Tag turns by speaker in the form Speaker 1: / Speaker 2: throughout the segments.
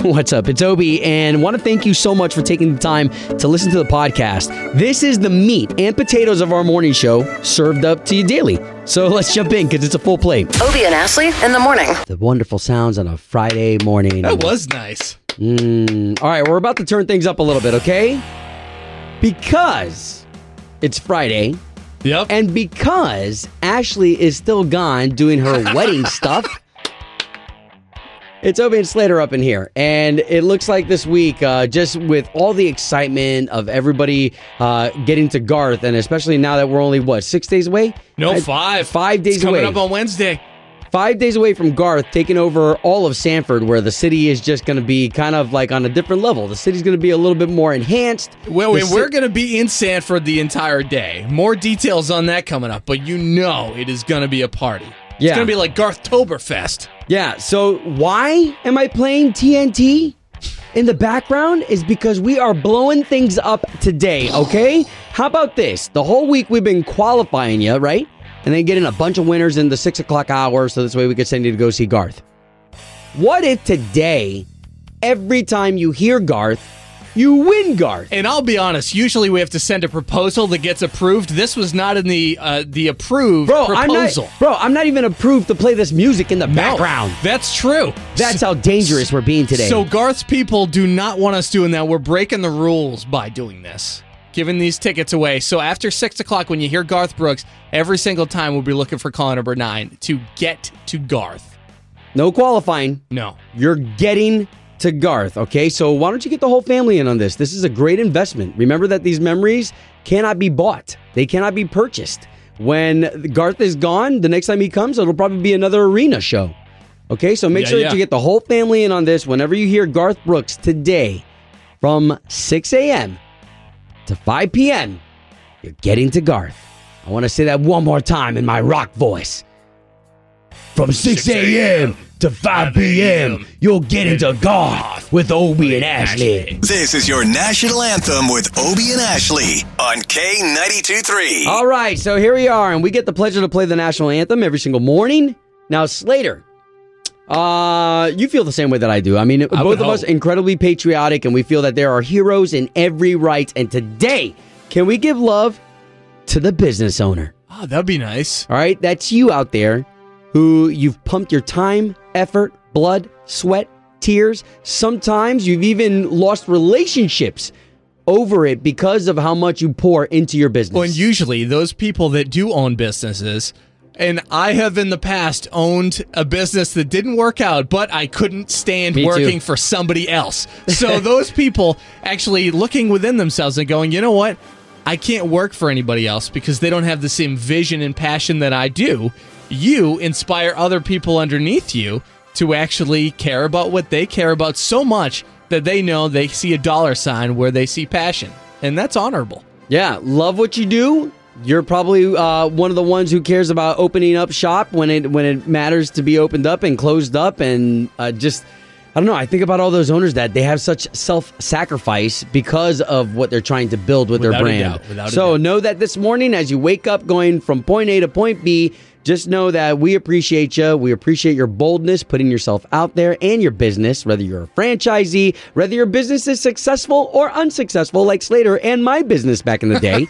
Speaker 1: What's up? It's Obi, and want to thank you so much for taking the time to listen to the podcast. This is the meat and potatoes of our morning show, served up to you daily. So let's jump in because it's a full plate.
Speaker 2: Obie and Ashley in the morning.
Speaker 1: The wonderful sounds on a Friday morning.
Speaker 3: That was nice.
Speaker 1: Mm, all right, we're about to turn things up a little bit, okay? Because it's Friday,
Speaker 3: Yep.
Speaker 1: and because Ashley is still gone doing her wedding stuff. It's Obie and Slater up in here, and it looks like this week, uh, just with all the excitement of everybody uh, getting to Garth, and especially now that we're only what six days away?
Speaker 3: no,
Speaker 1: I-
Speaker 3: five.
Speaker 1: Five days
Speaker 3: It's coming
Speaker 1: away.
Speaker 3: up on Wednesday.
Speaker 1: Five days away from Garth taking over all of Sanford, where the city is just going to be kind of like on a different level. The city's going to be a little bit more enhanced.
Speaker 3: Well,
Speaker 1: The
Speaker 3: and
Speaker 1: ci-
Speaker 3: we're going to be in Sanford the entire day. More details on that coming up, but you know it is going to be a party.
Speaker 1: Yeah.
Speaker 3: It's going to be like Garthtoberfest.
Speaker 1: Yeah, so why am I playing TNT in the background? Is because we are blowing things up today, okay? How about this? The whole week we've been qualifying you, right? And then getting a bunch of winners in the six o'clock hour so this way we could send you to go see Garth. What if today, every time you hear Garth, you win Garth?
Speaker 3: And I'll be honest, usually we have to send a proposal that gets approved. This was not in the uh, the approved
Speaker 1: Bro, I'm
Speaker 3: proposal.
Speaker 1: not, bro, I'm not even approved to play this music in the
Speaker 3: No,
Speaker 1: background.
Speaker 3: That's true.
Speaker 1: That's how dangerous we're being today.
Speaker 3: So Garth's people do not want us doing that. We're breaking the rules by doing this, giving these tickets away. So after six o'clock, when you hear Garth Brooks, every single time we'll be looking for caller number nine to get to Garth.
Speaker 1: no qualifying.
Speaker 3: No.
Speaker 1: You're getting to Garth, okay? So why don't you get the whole family in on this? This is a great investment. Remember that these memories cannot be bought, they cannot be purchased. When Garth is gone, the next time he comes, it'll probably be another arena show. Okay, so make
Speaker 3: Yeah,
Speaker 1: sure
Speaker 3: yeah.
Speaker 1: that you get the whole family in on this whenever you hear Garth Brooks today from 6 a.m. to 5 p.m. You're getting to Garth. I want to say that one more time in my rock voice. From 6 a.m. to 5 p.m., you'll get into Garth with Obi and Ashley.
Speaker 4: This is your national anthem with Obie and Ashley on K92 3.
Speaker 1: All right, so here we are, and we get the pleasure to play the national anthem every single morning. Now, Slater, uh, you feel the same way that I do. I mean, both
Speaker 3: would
Speaker 1: of us
Speaker 3: hope.
Speaker 1: incredibly patriotic, and we feel that there are heroes in every right. And today, can we give love to the business owner?
Speaker 3: Oh, that'd be nice.
Speaker 1: All right, that's you out there who you've pumped your time, effort, blood, sweat, tears. Sometimes you've even lost relationships over it because of how much you pour into your business.
Speaker 3: Well, and usually those people that do own businesses, and I have in the past owned a business that didn't work out, but I couldn't stand
Speaker 1: Me too.
Speaker 3: working for somebody else. So those people actually looking within themselves and going, you know what? I can't work for anybody else because they don't have the same vision and passion that I do. You inspire other people underneath you to actually care about what they care about so much that they know they see a dollar sign where they see passion. And that's honorable.
Speaker 1: Yeah, love what you do. You're probably uh, one of the ones who cares about opening up shop when it when it matters to be opened up and closed up and uh, just I don't know. I think about all those owners that they have such self sacrifice because of what they're trying to build with their
Speaker 3: Without a
Speaker 1: brand.
Speaker 3: doubt, without a
Speaker 1: so
Speaker 3: doubt.
Speaker 1: know that this morning as you wake up going from point A to point B, just know that we appreciate you. We appreciate your boldness, putting yourself out there and your business, whether you're a franchisee, whether your business is successful or unsuccessful, like Slater and my business back in the day.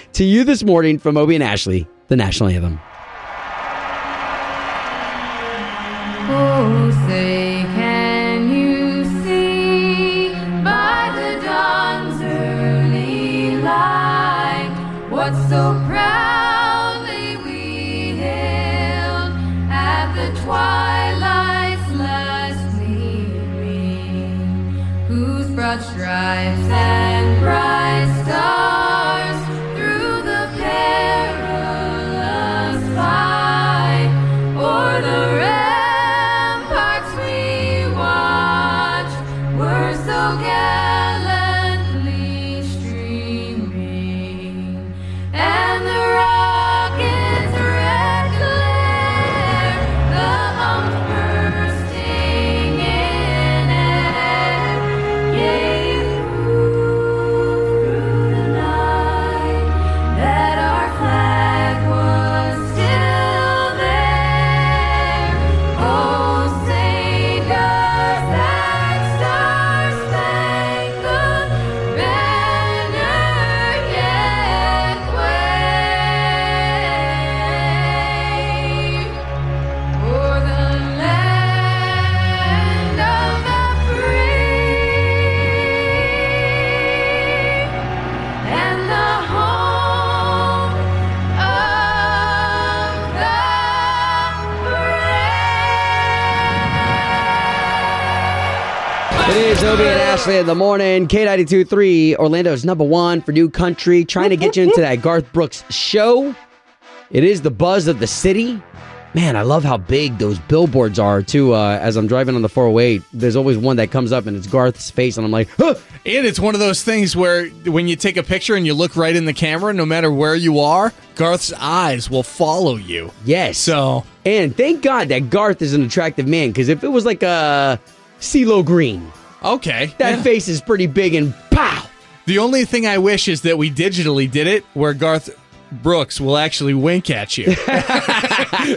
Speaker 1: to you this morning from Obie and Ashley, the National Anthem.
Speaker 5: Oh, say, can you see by the dawn's early light what so proudly we hailed at the twilight's last gleaming, whose broad stripes and bright stars through the perilous fight o'er the ramparts we watched were so gallantly streaming, and the rocket's red glare, the arms bursting in air, gave proof through the night. Oh,
Speaker 1: It is Obie and Ashley in the morning. K92 3, Orlando's number one for new country. Trying to get you into that Garth Brooks show. It is the buzz of the city. Man, I love how big those billboards are, too. Uh, as I'm driving on the 408, there's always one that comes up and it's Garth's face, and I'm like, huh!
Speaker 3: And it's one of those things where when you take a picture and you look right in the camera, no matter where you are, Garth's eyes will follow you.
Speaker 1: yes.
Speaker 3: So
Speaker 1: And thank God that Garth is an attractive man, because if it was like a CeeLo Green,
Speaker 3: okay,
Speaker 1: that
Speaker 3: Yeah.
Speaker 1: face is pretty big and pow!
Speaker 3: The only thing I wish is that we digitally did it where Garth Brooks will actually wink at you.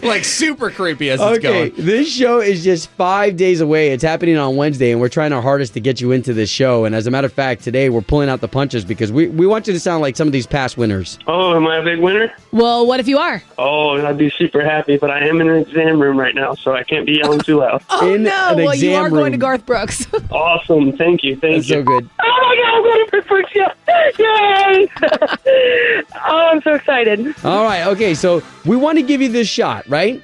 Speaker 3: like super creepy as it's
Speaker 1: Okay,
Speaker 3: going.
Speaker 1: this show is just five days away. It's happening on Wednesday, and we're trying our hardest to get you into this show. And as a matter of fact, today we're pulling out the punches because we, we want you to sound like some of these past winners.
Speaker 2: Oh, am I a big winner?
Speaker 6: Well, what if you are?
Speaker 2: Oh, I'd be super happy, but I am in an exam room right now, so I can't be yelling too loud.
Speaker 6: Oh
Speaker 1: In
Speaker 6: no!
Speaker 1: an
Speaker 6: Well, you
Speaker 1: exam
Speaker 6: are going to
Speaker 1: room.
Speaker 6: Garth Brooks.
Speaker 2: awesome. Thank you. Thank
Speaker 1: That's
Speaker 2: you.
Speaker 1: so good.
Speaker 7: Oh my god, I'm going to Pittsburgh. Yeah. Yay! oh, I'm so excited.
Speaker 1: All right, okay, so we want to give you this shot, right?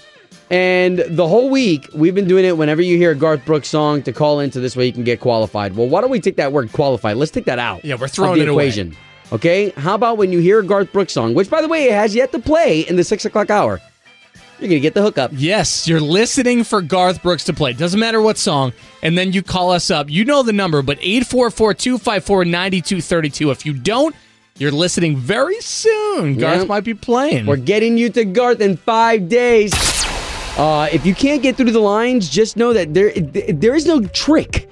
Speaker 1: And the whole week we've been doing it. Whenever you hear a Garth Brooks song, to call into this way you can get qualified. Well, why don't we take that word qualified? Let's take that out.
Speaker 3: Yeah, we're
Speaker 1: of
Speaker 3: throwing
Speaker 1: the
Speaker 3: it away.
Speaker 1: equation. Okay, how about when you hear a Garth Brooks song, which by the way it has yet to play in the six o'clock hour, you're gonna get the hookup.
Speaker 3: Yes, you're listening for Garth Brooks to play. Doesn't matter what song. And then you call us up. You know the number, but 844 254 9232. If you don't, you're listening very soon. Garth
Speaker 1: Yep.
Speaker 3: might be playing.
Speaker 1: We're getting you to Garth in five days. Uh, if you can't get through the lines, just know that there th- there is no trick.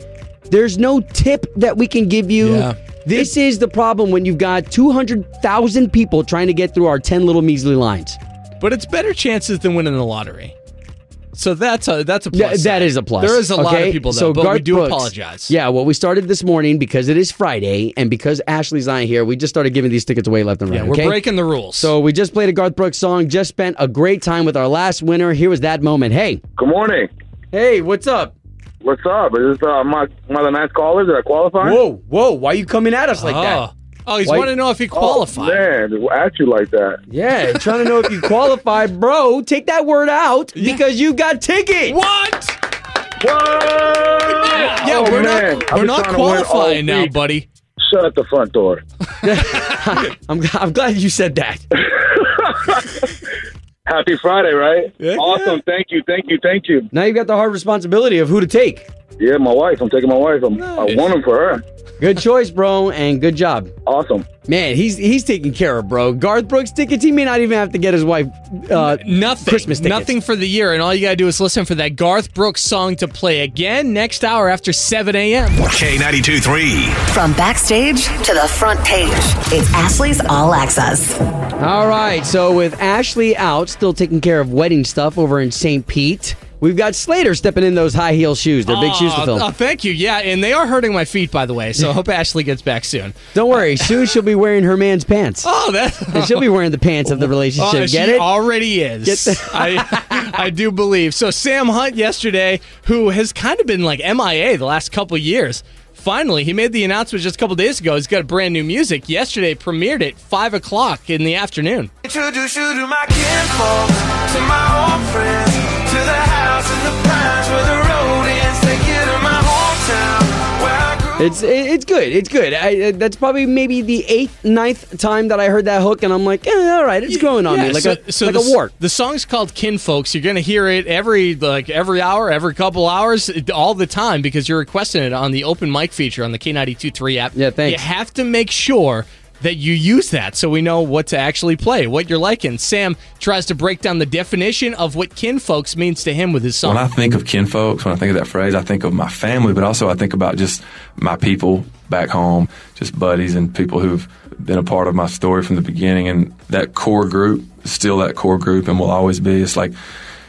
Speaker 1: There's no tip that we can give you.
Speaker 3: Yeah.
Speaker 1: This is the problem when you've got 200,000 people trying to get through our 10 little measly lines.
Speaker 3: but it's better chances than winning the lottery. So that's a that's a plus.
Speaker 1: Th- that
Speaker 3: side.
Speaker 1: is a plus.
Speaker 3: There is a lot
Speaker 1: okay?
Speaker 3: of people though,
Speaker 1: So
Speaker 3: but we
Speaker 1: Garth
Speaker 3: do
Speaker 1: Brooks-
Speaker 3: apologize.
Speaker 1: Yeah, well, we started this morning because it is Friday, and because Ashley's not here, we just started giving these tickets away left and right.
Speaker 3: Yeah, we're
Speaker 1: okay?
Speaker 3: breaking the rules.
Speaker 1: So we just played a Garth Brooks song, just spent a great time with our last winner. Here was that moment. Hey.
Speaker 8: Good morning.
Speaker 1: Hey, what's up?
Speaker 8: What's up? Is this uh, my one of the nice callers that I qualify?
Speaker 1: Whoa, whoa, why are you coming at us like that?
Speaker 3: oh. oh, he's
Speaker 1: Why-
Speaker 3: wanting to know if he qualified.
Speaker 8: Man, at you like that.
Speaker 1: Yeah, trying to know if you qualify, bro. Take that word out because you got tickets.
Speaker 3: What?
Speaker 8: What?
Speaker 3: Yeah,
Speaker 8: Oh,
Speaker 3: we're
Speaker 8: man.
Speaker 3: not
Speaker 8: I've
Speaker 3: we're not
Speaker 8: been trying to win all
Speaker 3: qualifying now,
Speaker 8: week.
Speaker 3: buddy.
Speaker 8: Shut at the front door.
Speaker 1: I'm, gl- I'm glad you said that.
Speaker 8: Happy Friday, right? Awesome. Thank you. Thank you. Thank you.
Speaker 1: Now you've got the hard responsibility of who to take.
Speaker 8: Yeah, my wife. I'm taking my wife. I'm, I want him for her.
Speaker 1: Good choice, bro, and good job.
Speaker 8: Awesome.
Speaker 1: Man, he's he's taking care of, bro. Garth Brooks tickets. He may not even have to get his wife. Uh,
Speaker 3: Nothing.
Speaker 1: Christmas tickets.
Speaker 3: Nothing for the year, and all you gotta do is listen for that Garth Brooks song to play again next hour after 7 a.m.
Speaker 4: K92 3.
Speaker 9: From backstage to the front page, it's Ashley's All Access.
Speaker 1: All right, so with Ashley out, still taking care of wedding stuff over in St. Pete, we've got Slater stepping in those high heel shoes. They're big shoes to
Speaker 3: Aw,
Speaker 1: fill.
Speaker 3: Oh, thank you. Yeah, and they are hurting my feet, by the way. So I hope Ashley gets back soon.
Speaker 1: Don't worry, soon she'll be wearing her man's pants.
Speaker 3: Oh, that.
Speaker 1: And she'll be wearing the pants of the
Speaker 3: Oh,
Speaker 1: relationship. Get
Speaker 3: she
Speaker 1: it?
Speaker 3: already is. I I do believe. So Sam Hunt yesterday, who has kind of been like MIA the last couple years, finally he made the announcement just a couple days ago. He's got brand new music. Yesterday premiered at five o'clock in the afternoon.
Speaker 10: Introduce you to my kinfolk, to my old friends, to the house in the pines where the road ends. Take you to my hometown where I grew
Speaker 1: It's it- it's good. It's good. I, I- that's probably maybe the eighth, ninth time that I heard that hook, and I'm like, eh, all right, it's growing on
Speaker 3: Yeah,
Speaker 1: me like
Speaker 3: so-
Speaker 1: a
Speaker 3: so
Speaker 1: like
Speaker 3: the,
Speaker 1: a
Speaker 3: s-
Speaker 1: wart.
Speaker 3: The song's called Kinfolks. You're gonna hear it every like every hour, every couple hours, it- all the time because you're requesting it on the open mic feature on the K923 app.
Speaker 1: Yeah, thanks.
Speaker 3: You have to make sure that you use that so we know what to actually play, what you're liking. Sam tries to break down the definition of what kinfolks means to him with his song.
Speaker 11: When I think of kinfolks, when I think of that phrase, I think of my family, but also I think about just my people back home, just buddies and people who've been a part of my story from the beginning. And that core group is still that core group and will always be. It's like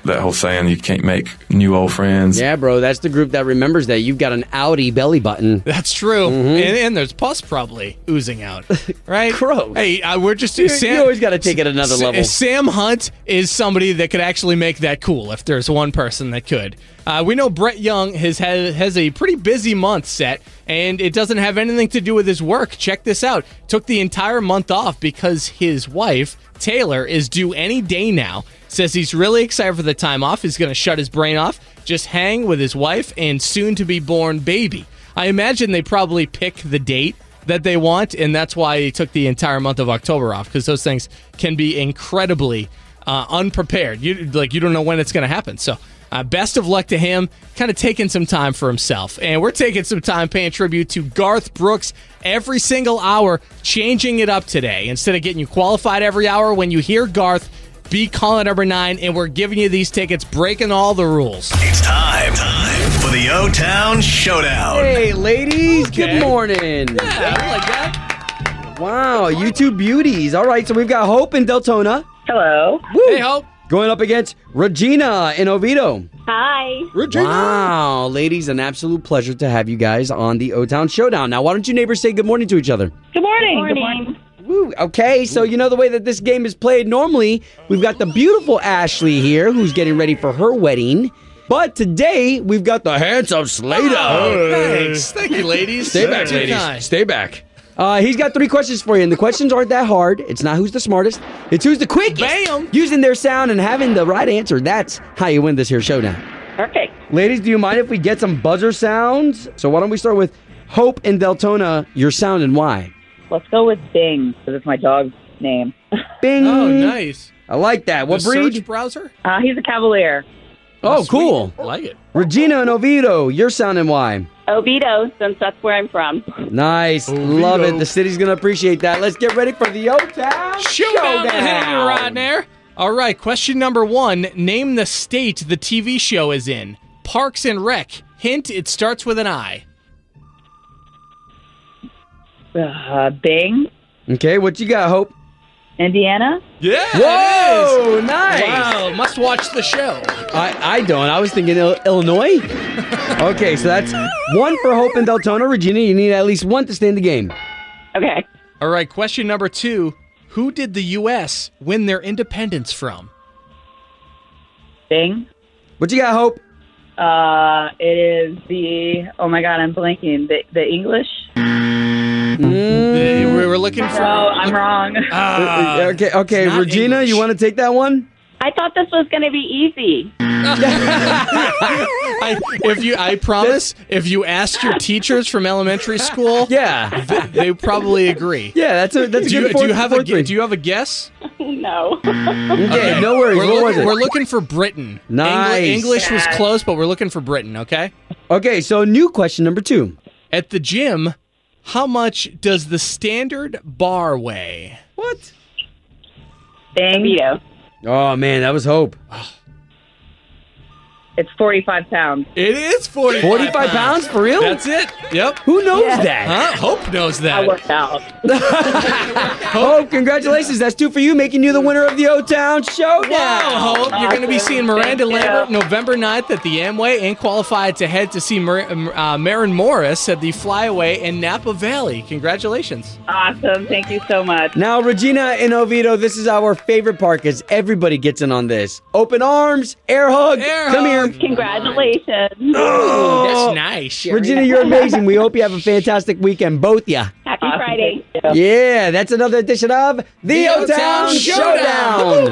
Speaker 11: that whole saying, you can't make new old friends.
Speaker 1: Yeah, bro, that's the group that remembers that you've got an Audi belly button.
Speaker 3: That's true,
Speaker 1: Mm-hmm.
Speaker 3: and, and there's pus probably oozing out, right?
Speaker 1: Gross.
Speaker 3: Hey, uh, we're just
Speaker 1: You,
Speaker 3: Sam,
Speaker 1: you always got to take it another
Speaker 3: Sa-
Speaker 1: level.
Speaker 3: Sam Hunt is somebody that could actually make that cool if there's one person that could. Uh, we know Brett Young has had, has a pretty busy month set, and it doesn't have anything to do with his work. Check this out: took the entire month off because his wife Taylor is due any day now. Says he's really excited for the time off. He's going to shut his brain off. just hang with his wife and soon to be born baby. I imagine they probably pick the date that they want, and that's why he took the entire month of October off because those things can be incredibly uh, unprepared. You like you don't know when it's going to happen. So, uh, best of luck to him. Kind of taking some time for himself, and we're taking some time paying tribute to Garth Brooks every single hour, changing it up today. Instead of getting you qualified every hour, when you hear Garth, be caller number nine, and we're giving you these tickets, breaking all the rules.
Speaker 4: It's time, time for the O Town Showdown.
Speaker 1: Hey, ladies.
Speaker 3: Okay.
Speaker 1: Good morning.
Speaker 3: I like that.
Speaker 1: Wow, you two beauties. All right, so we've got Hope in Deltona.
Speaker 7: Hello.
Speaker 1: Woo.
Speaker 3: Hey, Hope.
Speaker 1: Going up against Regina in Oviedo.
Speaker 6: Hi.
Speaker 1: Wow, ladies, an absolute pleasure to have you guys on the O Town Showdown. Now, why don't you neighbors say good morning to each other?
Speaker 7: Good morning.
Speaker 1: Woo, okay, so you know the way that this game is played normally, we've got the beautiful Ashley here who's getting ready for her wedding. But today, we've got the handsome Slater.
Speaker 3: Oh, thanks. Thank you, ladies.
Speaker 1: Stay back,
Speaker 3: Too
Speaker 1: ladies.
Speaker 3: kind.
Speaker 1: Stay back. Uh, he's got three questions for you, and the questions aren't that hard. It's not who's the smartest, it's who's the quickest.
Speaker 3: Bam.
Speaker 1: Using their sound and having the right answer. That's how you win this here showdown.
Speaker 7: Perfect.
Speaker 1: Ladies, do you mind if we get some buzzer sounds? So why don't we start with Hope and Deltona, your sound and why?
Speaker 6: Let's go with Bing because it's my dog's name.
Speaker 1: Bing.
Speaker 3: Oh, nice.
Speaker 1: I like that. What
Speaker 3: The
Speaker 1: breed?
Speaker 3: Search browser?
Speaker 6: Uh, he's a Cavalier.
Speaker 1: oh, cool.
Speaker 3: Sweet. Like it.
Speaker 1: Regina and Oviedo, your sound and why?
Speaker 6: Oviedo, since that's where I'm from.
Speaker 1: Nice. Love it. The city's going to appreciate that. Let's get ready for the O-Town
Speaker 3: Shoot down the hanger right there. All right, question number one. Name the state the TV show is in. Parks and Rec. Hint, it starts with an I.
Speaker 6: Uh, Bing,
Speaker 1: Okay, what you got, Hope?
Speaker 6: Indiana.
Speaker 3: Yeah.
Speaker 1: Whoa, nice.
Speaker 3: Wow, must watch the show.
Speaker 1: I, I don't. I was thinking Il- Illinois. okay, so that's one for Hope and Deltona. Regina, you need at least one to stay in the game.
Speaker 6: Okay.
Speaker 3: All right, question number two. Who did the U.S. win their independence from?
Speaker 6: Bing.
Speaker 1: What you got, Hope?
Speaker 6: Uh, it is the, oh my God, I'm blanking. The, the English?
Speaker 1: Mm.
Speaker 3: They- We were looking
Speaker 6: No,
Speaker 3: for.
Speaker 6: I'm wrong.
Speaker 3: Ah,
Speaker 1: Uh, okay, okay,
Speaker 3: it's not
Speaker 1: Regina, you
Speaker 3: English.
Speaker 1: want to take that one?
Speaker 6: I thought this was going to be easy.
Speaker 3: I, if you, I promise, if you asked your teachers from elementary school,
Speaker 1: Yeah,
Speaker 3: th- they probably agree.
Speaker 1: yeah, that's a that's a
Speaker 3: Do you,
Speaker 1: good fourth,
Speaker 3: do you have a
Speaker 1: fourth
Speaker 3: gu-
Speaker 1: ring.
Speaker 3: do you have a guess?
Speaker 6: no.
Speaker 1: okay, no worries.
Speaker 3: We're,
Speaker 1: what was
Speaker 3: looking,
Speaker 1: it?
Speaker 3: we're looking for Britain. Engli-
Speaker 1: Nice.
Speaker 3: English was close, but we're looking for Britain. Okay.
Speaker 1: okay, so new question number two.
Speaker 3: At the gym, how much does the standard bar weigh?
Speaker 1: What?
Speaker 6: Bing. Oviedo.
Speaker 1: Oh man, that was Hope.
Speaker 6: It's 45 pounds.
Speaker 3: It is forty.
Speaker 1: Forty-five pounds for real?
Speaker 3: That's it. Yep.
Speaker 1: Who knows that?
Speaker 3: Huh? Hope knows
Speaker 6: I
Speaker 3: that.
Speaker 6: worked out.
Speaker 1: Hope, congratulations. That's two for you, making you the winner of the O Town Showdown.
Speaker 3: Wow, Hope, you're going to be
Speaker 6: Awesome.
Speaker 3: seeing Miranda
Speaker 6: Thank you.
Speaker 3: Lambert November 9th at the Amway and qualified to head to see Mar- uh, Marin Morris at the Flyaway in Napa Valley. Congratulations.
Speaker 6: Awesome. Thank you so much.
Speaker 1: Now, Regina and Oviedo, this is our favorite part because everybody gets in on this. Open arms, air hug.
Speaker 3: Air
Speaker 1: Come
Speaker 3: hug.
Speaker 1: here.
Speaker 6: Congratulations.
Speaker 3: That's nice.
Speaker 1: Oh. Regina, you're amazing. We hope you have a fantastic weekend, both ya.
Speaker 6: Happy Friday.
Speaker 1: Yeah, that's another edition of The, O Town Showdown.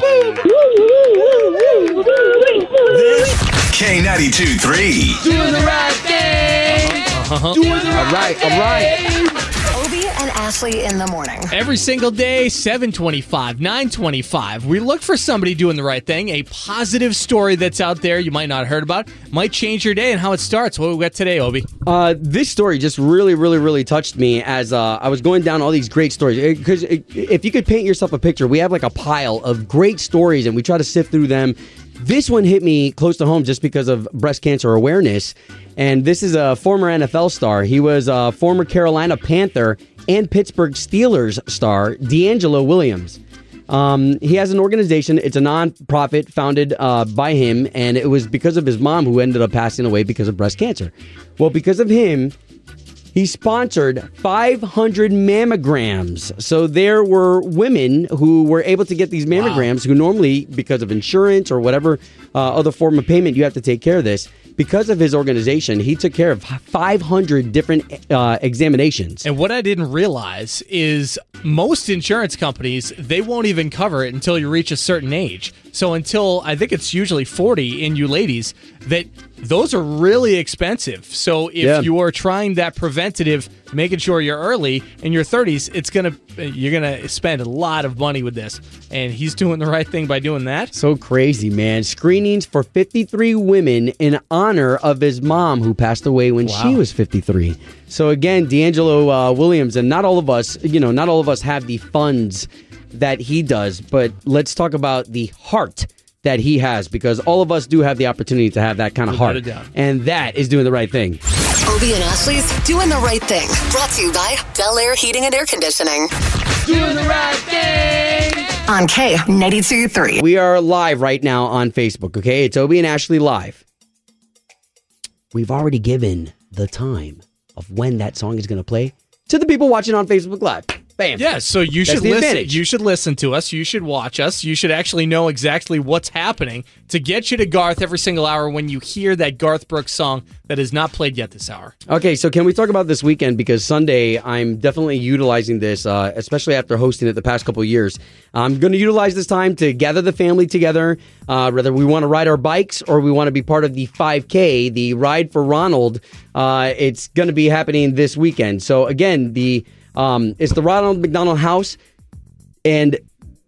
Speaker 4: K92 3.
Speaker 1: Doing the right thing. Doing the right Uh-huh. All right, all right.
Speaker 9: Obie and Ashley in the morning.
Speaker 3: Every single day, 725, 925, we look for somebody doing the right thing, a positive story that's out there you might not have heard about, might change your day and how it starts. What do we got today, Obi?
Speaker 1: Uh, this story just really, really, really touched me as uh, I was going down all these great stories. Because if you could paint yourself a picture, we have like a pile of great stories and we try to sift through them. This one hit me close to home just because of breast cancer awareness. And this is a former NFL star. He was a former Carolina Panther and Pittsburgh Steelers star, D'Angelo Williams. Um, he has an organization. It's a nonprofit founded uh, by him, and it was because of his mom who ended up passing away because of breast cancer. Well, because of him, he sponsored 500 mammograms. So there were women who were able to get these mammograms who normally, because of insurance or whatever uh, other form of payment, you have to take care of this. Because of his organization, he took care of 500 different uh, examinations.
Speaker 3: And what I didn't realize is most insurance companies, they won't even cover it until you reach a certain age. So until I think it's usually 40 in you ladies that those are really expensive. So if
Speaker 1: Yeah.
Speaker 3: you are trying that preventative, making sure you're early in your 30s, it's going to you're going to spend a lot of money with this. And he's doing the right thing by doing that.
Speaker 1: So crazy, man. Screenings for 53 women in honor of his mom who passed away when she was 53. So again, D'Angelo uh, Williams, and not all of us, you know, not all of us have the funds that he does, but let's talk about the heart that he has because all of us do have the opportunity to have that kind of
Speaker 9: Without
Speaker 1: heart.
Speaker 9: a doubt.
Speaker 1: And that is doing the right thing.
Speaker 9: Obie and Ashley's doing the right thing. Brought to you by Bel Air Heating and Air Conditioning. Doing the right thing. On K ninety two three.
Speaker 1: We are live right now on Facebook, okay? It's Obie and Ashley live. We've already given the time of when that song is going to play to the people watching on Facebook Live. Bam.
Speaker 3: Yeah, so you
Speaker 1: That's
Speaker 3: should
Speaker 1: the
Speaker 3: listen.
Speaker 1: advantage.
Speaker 3: You should listen to us. You should watch us. You should actually know exactly what's happening to get you to Garth every single hour when you hear that Garth Brooks song that is not played yet this hour.
Speaker 1: Okay, so can we talk about this weekend? Because Sunday, I'm definitely utilizing this, uh, especially after hosting it the past couple of years. I'm going to utilize this time to gather the family together, uh, whether we want to ride our bikes or we want to be part of the 5K, the Ride for Ronald. Uh, it's going to be happening this weekend. So again, the um, it's the Ronald McDonald House. And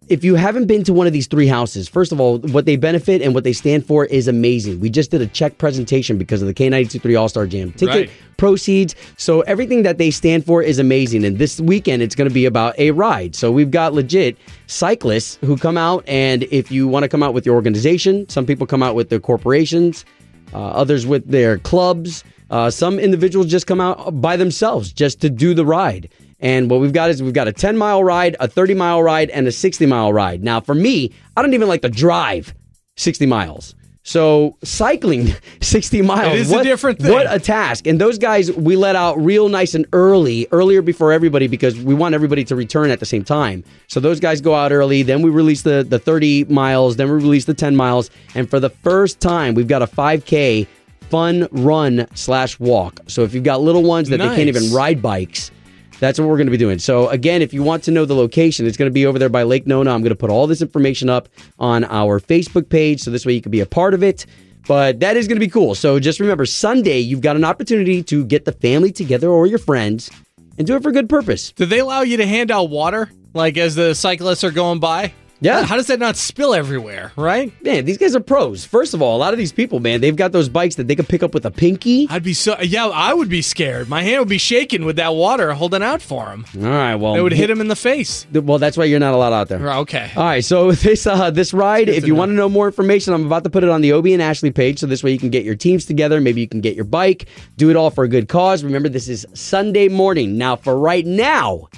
Speaker 1: if you haven't been to one of these three houses, first of all, what they benefit and what they stand for is amazing. We just did a check presentation because of the K923 All Star Jam ticket
Speaker 12: Right.
Speaker 1: proceeds. So everything that they stand for is amazing. And this weekend, it's going to be about a ride. So we've got legit cyclists who come out. And if you want to come out with your organization, some people come out with their corporations, uh, others with their clubs. Uh, some individuals just come out by themselves just to do the ride. And what we've got is we've got a 10 mile ride, a 30 mile ride, and a 60 mile ride. Now, for me, I don't even like to drive 60 miles. So cycling 60 miles
Speaker 3: It is a different thing.
Speaker 1: What a task. And those guys we let out real nice and early, earlier before everybody because we want everybody to return at the same time. So those guys go out early, then we release the the 30 miles, then we release the 10 miles, and for the first time we've got a 5K fun run slash walk. So if you've got little ones that they can't even
Speaker 3: Nice.
Speaker 1: ride bikes, that's what we're going to be doing. So again, if you want to know the location, it's going to be over there by Lake Nona. I'm going to put all this information up on our Facebook page, so this way you can be a part of it. But that is going to be cool. So just remember, Sunday you've got an opportunity to get the family together or your friends and do it for good purpose.
Speaker 3: Do they allow you to hand out water like as the cyclists are going by?
Speaker 1: Yeah.
Speaker 3: How does that not spill everywhere? Right?
Speaker 1: Man, these guys are pros. First of all, a lot of these people, man, they've got those bikes that they could pick up with a pinky.
Speaker 3: I'd be so yeah. I would be scared. My hand would be shaking with that water holding out for him.
Speaker 1: All right, well,
Speaker 3: it would hit him in the face.
Speaker 1: Well, that's why you're not allowed out there.
Speaker 3: Okay.
Speaker 1: All right, so this uh, this ride, if you want to know more information, I'm about to put it on the Obie and Ashley page, so this way you can get your teams together. Maybe you can get your bike, do it all for a good cause. Remember, this is Sunday morning. Now, for right now,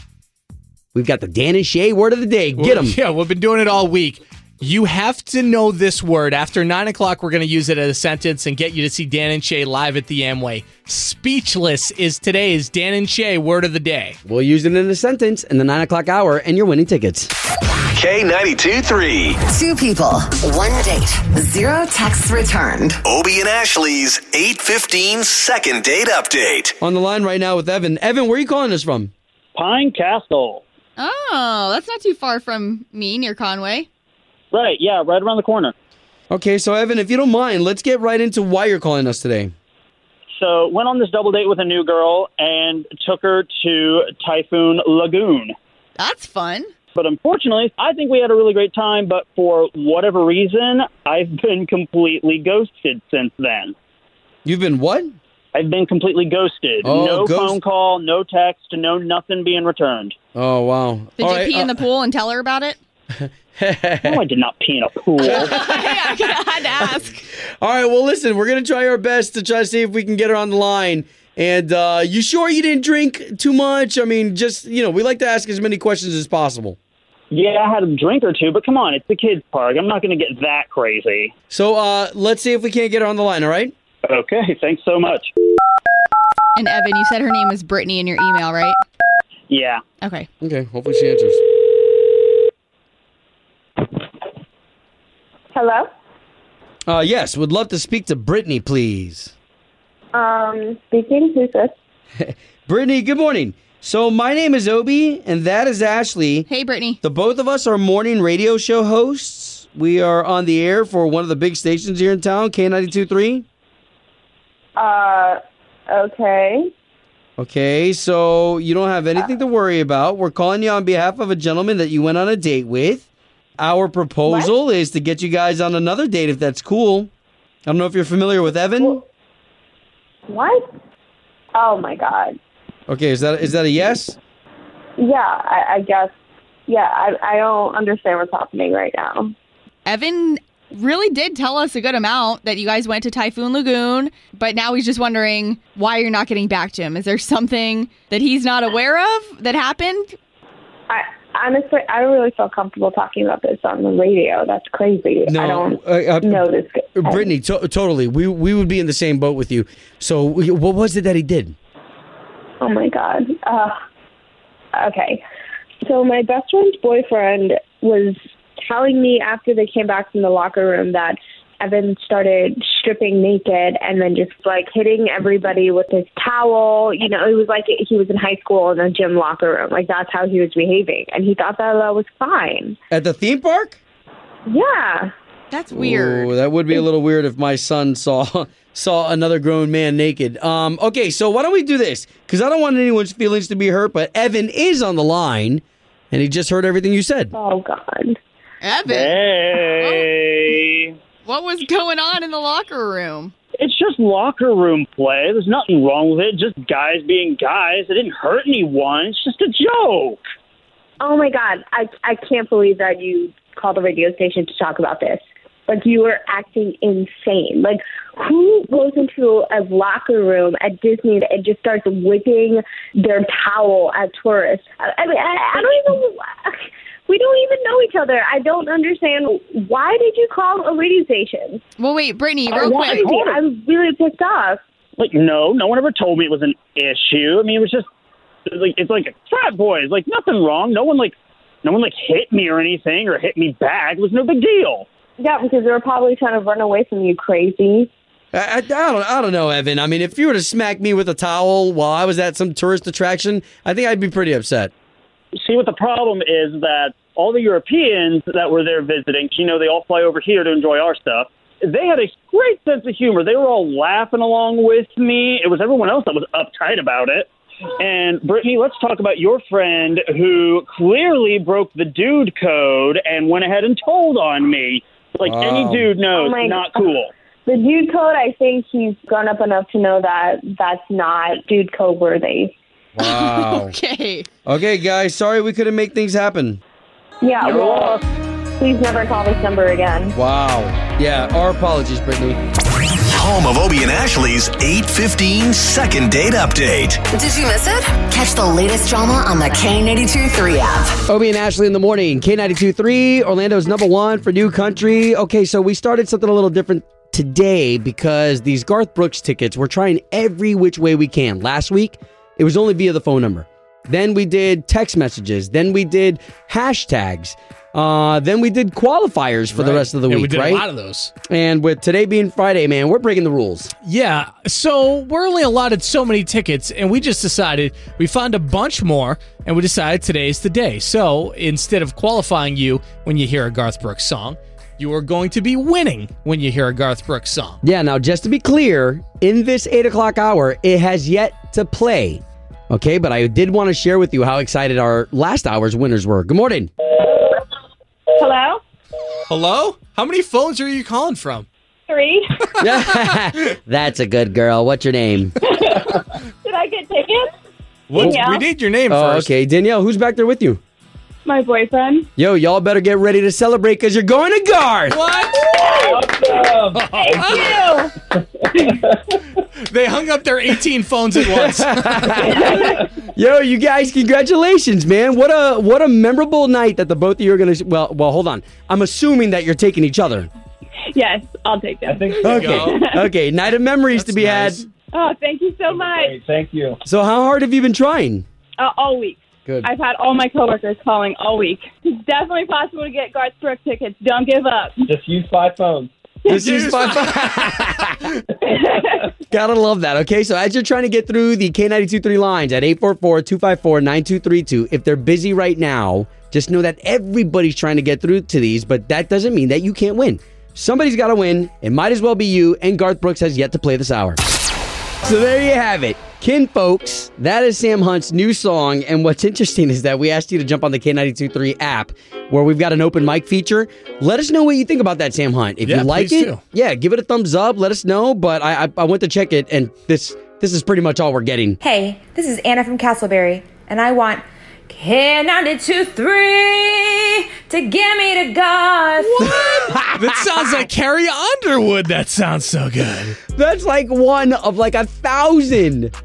Speaker 1: we've got the Dan and Shay word of the day. Get them.
Speaker 3: Yeah, we've been doing it all week. You have to know this word. After nine o'clock, we're going to use it as a sentence and get you to see Dan and Shay live at the Amway. Speechless is today's Dan and Shay word of the day.
Speaker 1: We'll use it in a sentence in the nine o'clock hour, and you're winning tickets.
Speaker 4: K92 3.
Speaker 9: Two people, one date, zero texts returned.
Speaker 4: Obie and Ashley's 815 second date update.
Speaker 1: On the line right now with Evan. Evan, where are you calling us from?
Speaker 13: Pine Castle.
Speaker 14: Oh, that's not too far from me near Conway.
Speaker 13: Right, yeah, right around the corner.
Speaker 1: Okay, so Evan, if you don't mind, let's get right into why you're calling us today.
Speaker 13: So went on this double date with a new girl and took her to Typhoon Lagoon.
Speaker 14: That's fun.
Speaker 13: But unfortunately, I think we had a really great time, but for whatever reason, I've been completely ghosted since then.
Speaker 1: You've been what?
Speaker 13: I've been completely ghosted.
Speaker 1: Oh,
Speaker 13: no
Speaker 1: ghost-
Speaker 13: phone call, no text, no nothing being returned.
Speaker 1: Oh wow!
Speaker 14: Did
Speaker 13: All
Speaker 14: you
Speaker 13: right,
Speaker 14: pee in the pool and tell her about it?
Speaker 13: no, I did not pee in a pool.
Speaker 14: I had to ask.
Speaker 1: All right, well, listen, we're going to try our best to try to see if we can get her on the line. And uh, you sure you didn't drink too much? I mean, just, you know, we like to ask as many questions as possible.
Speaker 13: Yeah, I had a drink or two, but come on, it's the kids' park. I'm not going to get that crazy.
Speaker 1: So uh, let's see if we can't get her on the line, all right?
Speaker 13: Okay, thanks so much.
Speaker 14: And Evan, you said her name was Brittany in your email, right?
Speaker 13: Yeah.
Speaker 14: Okay.
Speaker 1: Okay, hopefully she answers.
Speaker 15: Hello.
Speaker 1: Uh, yes, would love to speak to Brittany, please.
Speaker 15: Um, speaking. Who's this?
Speaker 1: Brittany, good morning. So my name is Obi, and that is Ashley.
Speaker 14: Hey, Brittany.
Speaker 1: The both of us are morning radio show hosts. We are on the air for one of the big stations here in town, K92.3.
Speaker 5: Uh, okay.
Speaker 1: Okay, so you don't have anything to worry about. We're calling you on behalf of a gentleman that you went on a date with. Our proposal is to get you guys on another date if that's cool. I don't know if you're familiar with Evan.
Speaker 5: What? Oh my god.
Speaker 1: Okay, is that is that a yes?
Speaker 5: Yeah, I, I guess. Yeah, I, I don't understand what's happening right now.
Speaker 16: Evan really did tell us a good amount that you guys went to Typhoon Lagoon, but now he's just wondering why you're not getting back to him. Is there something that he's not aware of that happened?
Speaker 5: I honestly, I don't really feel comfortable talking about this on the radio. That's crazy. I don't
Speaker 1: uh, uh,
Speaker 5: know this. guy.
Speaker 1: Brittany, to- totally. We we would be in the same boat with you. So, we- what was it that he did?
Speaker 5: Oh my god. Uh, okay. So my best friend's boyfriend was telling me after they came back from the locker room that Evan started stripping naked and then just like hitting everybody with his towel. You know, it was like he was in high school in a gym locker room. Like that's how he was behaving, and he thought that that was fine.
Speaker 1: At the theme park?
Speaker 5: Yeah.
Speaker 16: That's
Speaker 1: Ooh, that would be a little weird if my son saw saw another grown man naked. Um, okay, so why don't we do this? Because I don't want anyone's feelings to be hurt, but Evan is on the line, and he just heard everything you said.
Speaker 5: Oh God.
Speaker 16: Evan,
Speaker 5: Oh.
Speaker 13: Hey.
Speaker 16: what was going on in the locker room?
Speaker 13: It's just locker room play. There's nothing wrong with it. Just guys being guys. It didn't hurt anyone. It's just a joke.
Speaker 5: Oh my God, I I can't believe that you called the radio station to talk about this. Like you were acting insane. Like who goes into a locker room at Disney and just starts whipping their towel at tourists? I, I mean, I, I don't even. We don't even know each other. I don't understand. Why did you call a radio station?
Speaker 16: Well, wait, Brittany,
Speaker 13: real quick.
Speaker 5: I'm really pissed off.
Speaker 13: Like, no, no one ever told me it was an issue. I mean, it was just like it's like frat boys. Like nothing wrong. No one like, no one like hit me or anything or hit me back. It was no big deal.
Speaker 5: Yeah, because they were probably trying to run away from you, crazy.
Speaker 1: I, I, I don't I don't know, Evan. I mean, if you were to smack me with a towel while I was at some tourist attraction, I think I'd be pretty upset.
Speaker 13: See what the problem is that all the Europeans that were there visiting, 'cause, you know, they all fly over here to enjoy our stuff. They had a great sense of humor. They were all laughing along with me. It was everyone else that was uptight about it. And Brittany, let's talk about your friend who clearly broke the dude code and went ahead and told on me. Like any
Speaker 5: Wow.
Speaker 13: dude knows,
Speaker 5: Oh my
Speaker 13: not
Speaker 5: God.
Speaker 13: cool.
Speaker 5: The dude code, I think he's grown up enough to know that that's not dude code worthy.
Speaker 1: Wow.
Speaker 16: Okay.
Speaker 1: Okay, guys. Sorry we couldn't make things happen.
Speaker 5: Yeah, well, please never call this number again.
Speaker 1: Wow. Yeah. Our apologies, Brittany.
Speaker 4: Home of Obie and Ashley's 815 second date update.
Speaker 9: Did you miss it? Catch the latest drama on the K823 app.
Speaker 1: Obie and Ashley in the morning, K92.3, Orlando's number one for new country. Okay, so we started something a little different today because these Garth Brooks tickets, we're trying every which way we can. Last week, it was only via the phone number. Then we did text messages. Then we did hashtags. Uh, then we did qualifiers for the
Speaker 3: Right.
Speaker 1: rest of the
Speaker 3: Yeah,
Speaker 1: week,
Speaker 3: we did a
Speaker 1: right?
Speaker 3: lot of those.
Speaker 1: And with today being Friday, man, we're breaking the rules.
Speaker 3: Yeah, so we're only allotted so many tickets, and we just decided we found a bunch more, and we decided today's the day. So instead of qualifying you when you hear a Garth Brooks song, you are going to be winning when you hear a Garth Brooks song.
Speaker 1: Yeah, now just to be clear, in this eight o'clock hour, it has yet to play. Okay, but I did want to share with you how excited our last hour's winners were. Good morning.
Speaker 5: Hello?
Speaker 3: Hello? How many phones are you calling from?
Speaker 5: Three?
Speaker 1: That's a good girl. What's your name?
Speaker 5: Did I get tickets?
Speaker 3: What,
Speaker 5: Yeah.
Speaker 3: We need your name
Speaker 1: Oh,
Speaker 3: first.
Speaker 1: okay. Danielle, who's back there with you?
Speaker 5: My boyfriend.
Speaker 1: Yo, y'all better get ready to celebrate because you're going to Garth.
Speaker 5: Thank you.
Speaker 3: They hung up their 18 phones at once.
Speaker 1: Yo, you guys, congratulations, man. What a what a memorable night that the both of you are gonna well well hold on. I'm assuming that you're taking each other.
Speaker 5: Yes, I'll take them.
Speaker 1: Okay. okay, night of memories to be had.
Speaker 6: Oh, thank you so much.
Speaker 1: Thank you. So how hard have you been trying?
Speaker 6: Uh, all week.
Speaker 1: Good.
Speaker 6: I've had all my coworkers calling all week. It's definitely possible to get Garth Brooks tickets. Don't give up.
Speaker 17: Just use five phones.
Speaker 1: This is my Gotta love that. Okay, so as you're trying to get through the K923 lines at 844 254 9232, if they're busy right now, just know that everybody's trying to get through to these, but that doesn't mean that you can't win. Somebody's gotta win. It might as well be you, and Garth Brooks has yet to play this hour. So there you have it. Kin folks, that is Sam Hunt's new song. And what's interesting is that we asked you to jump on the K923 app where we've got an open mic feature. Let us know what you think about that, Sam Hunt. If
Speaker 3: Yeah,
Speaker 1: you like
Speaker 3: please
Speaker 1: it,
Speaker 3: do.
Speaker 1: yeah, give it a thumbs up. Let us know. But I, I, I went to check it and this this is pretty much all we're getting.
Speaker 12: Hey, this is Anna from Castleberry, and I want K923 to get me to Garth.
Speaker 3: that sounds like Carrie Underwood. That sounds so good.
Speaker 1: That's like one of like a thousand.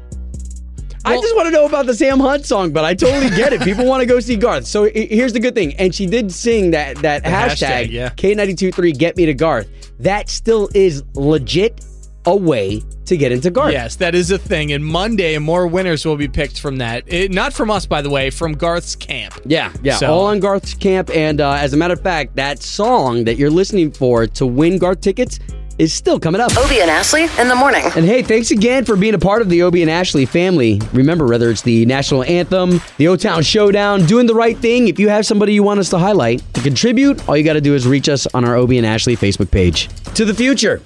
Speaker 1: I just want to know about the Sam Hunt song, but I totally get it. People want to go see Garth. So i- here's the good thing. And she did sing that that
Speaker 3: The
Speaker 1: hashtag,
Speaker 3: hashtag, yeah.
Speaker 1: K923 get me to Garth. That still is legit a way to get into Garth.
Speaker 3: Yes, that is a thing. And Monday, more winners will be picked from that. It, not from us, by the way, from Garth's camp.
Speaker 1: Yeah, yeah.
Speaker 3: So-
Speaker 1: All on Garth's camp. And uh, as a matter of fact, that song that you're listening for to win Garth tickets is still coming up.
Speaker 9: Obie and Ashley in the morning.
Speaker 1: And hey, thanks again for being a part of the Obie and Ashley family. Remember, whether it's the national anthem, the O Town Showdown, doing the right thing, if you have somebody you want us to highlight to contribute, all you got to do is reach us on our Obie and Ashley Facebook page. To the future,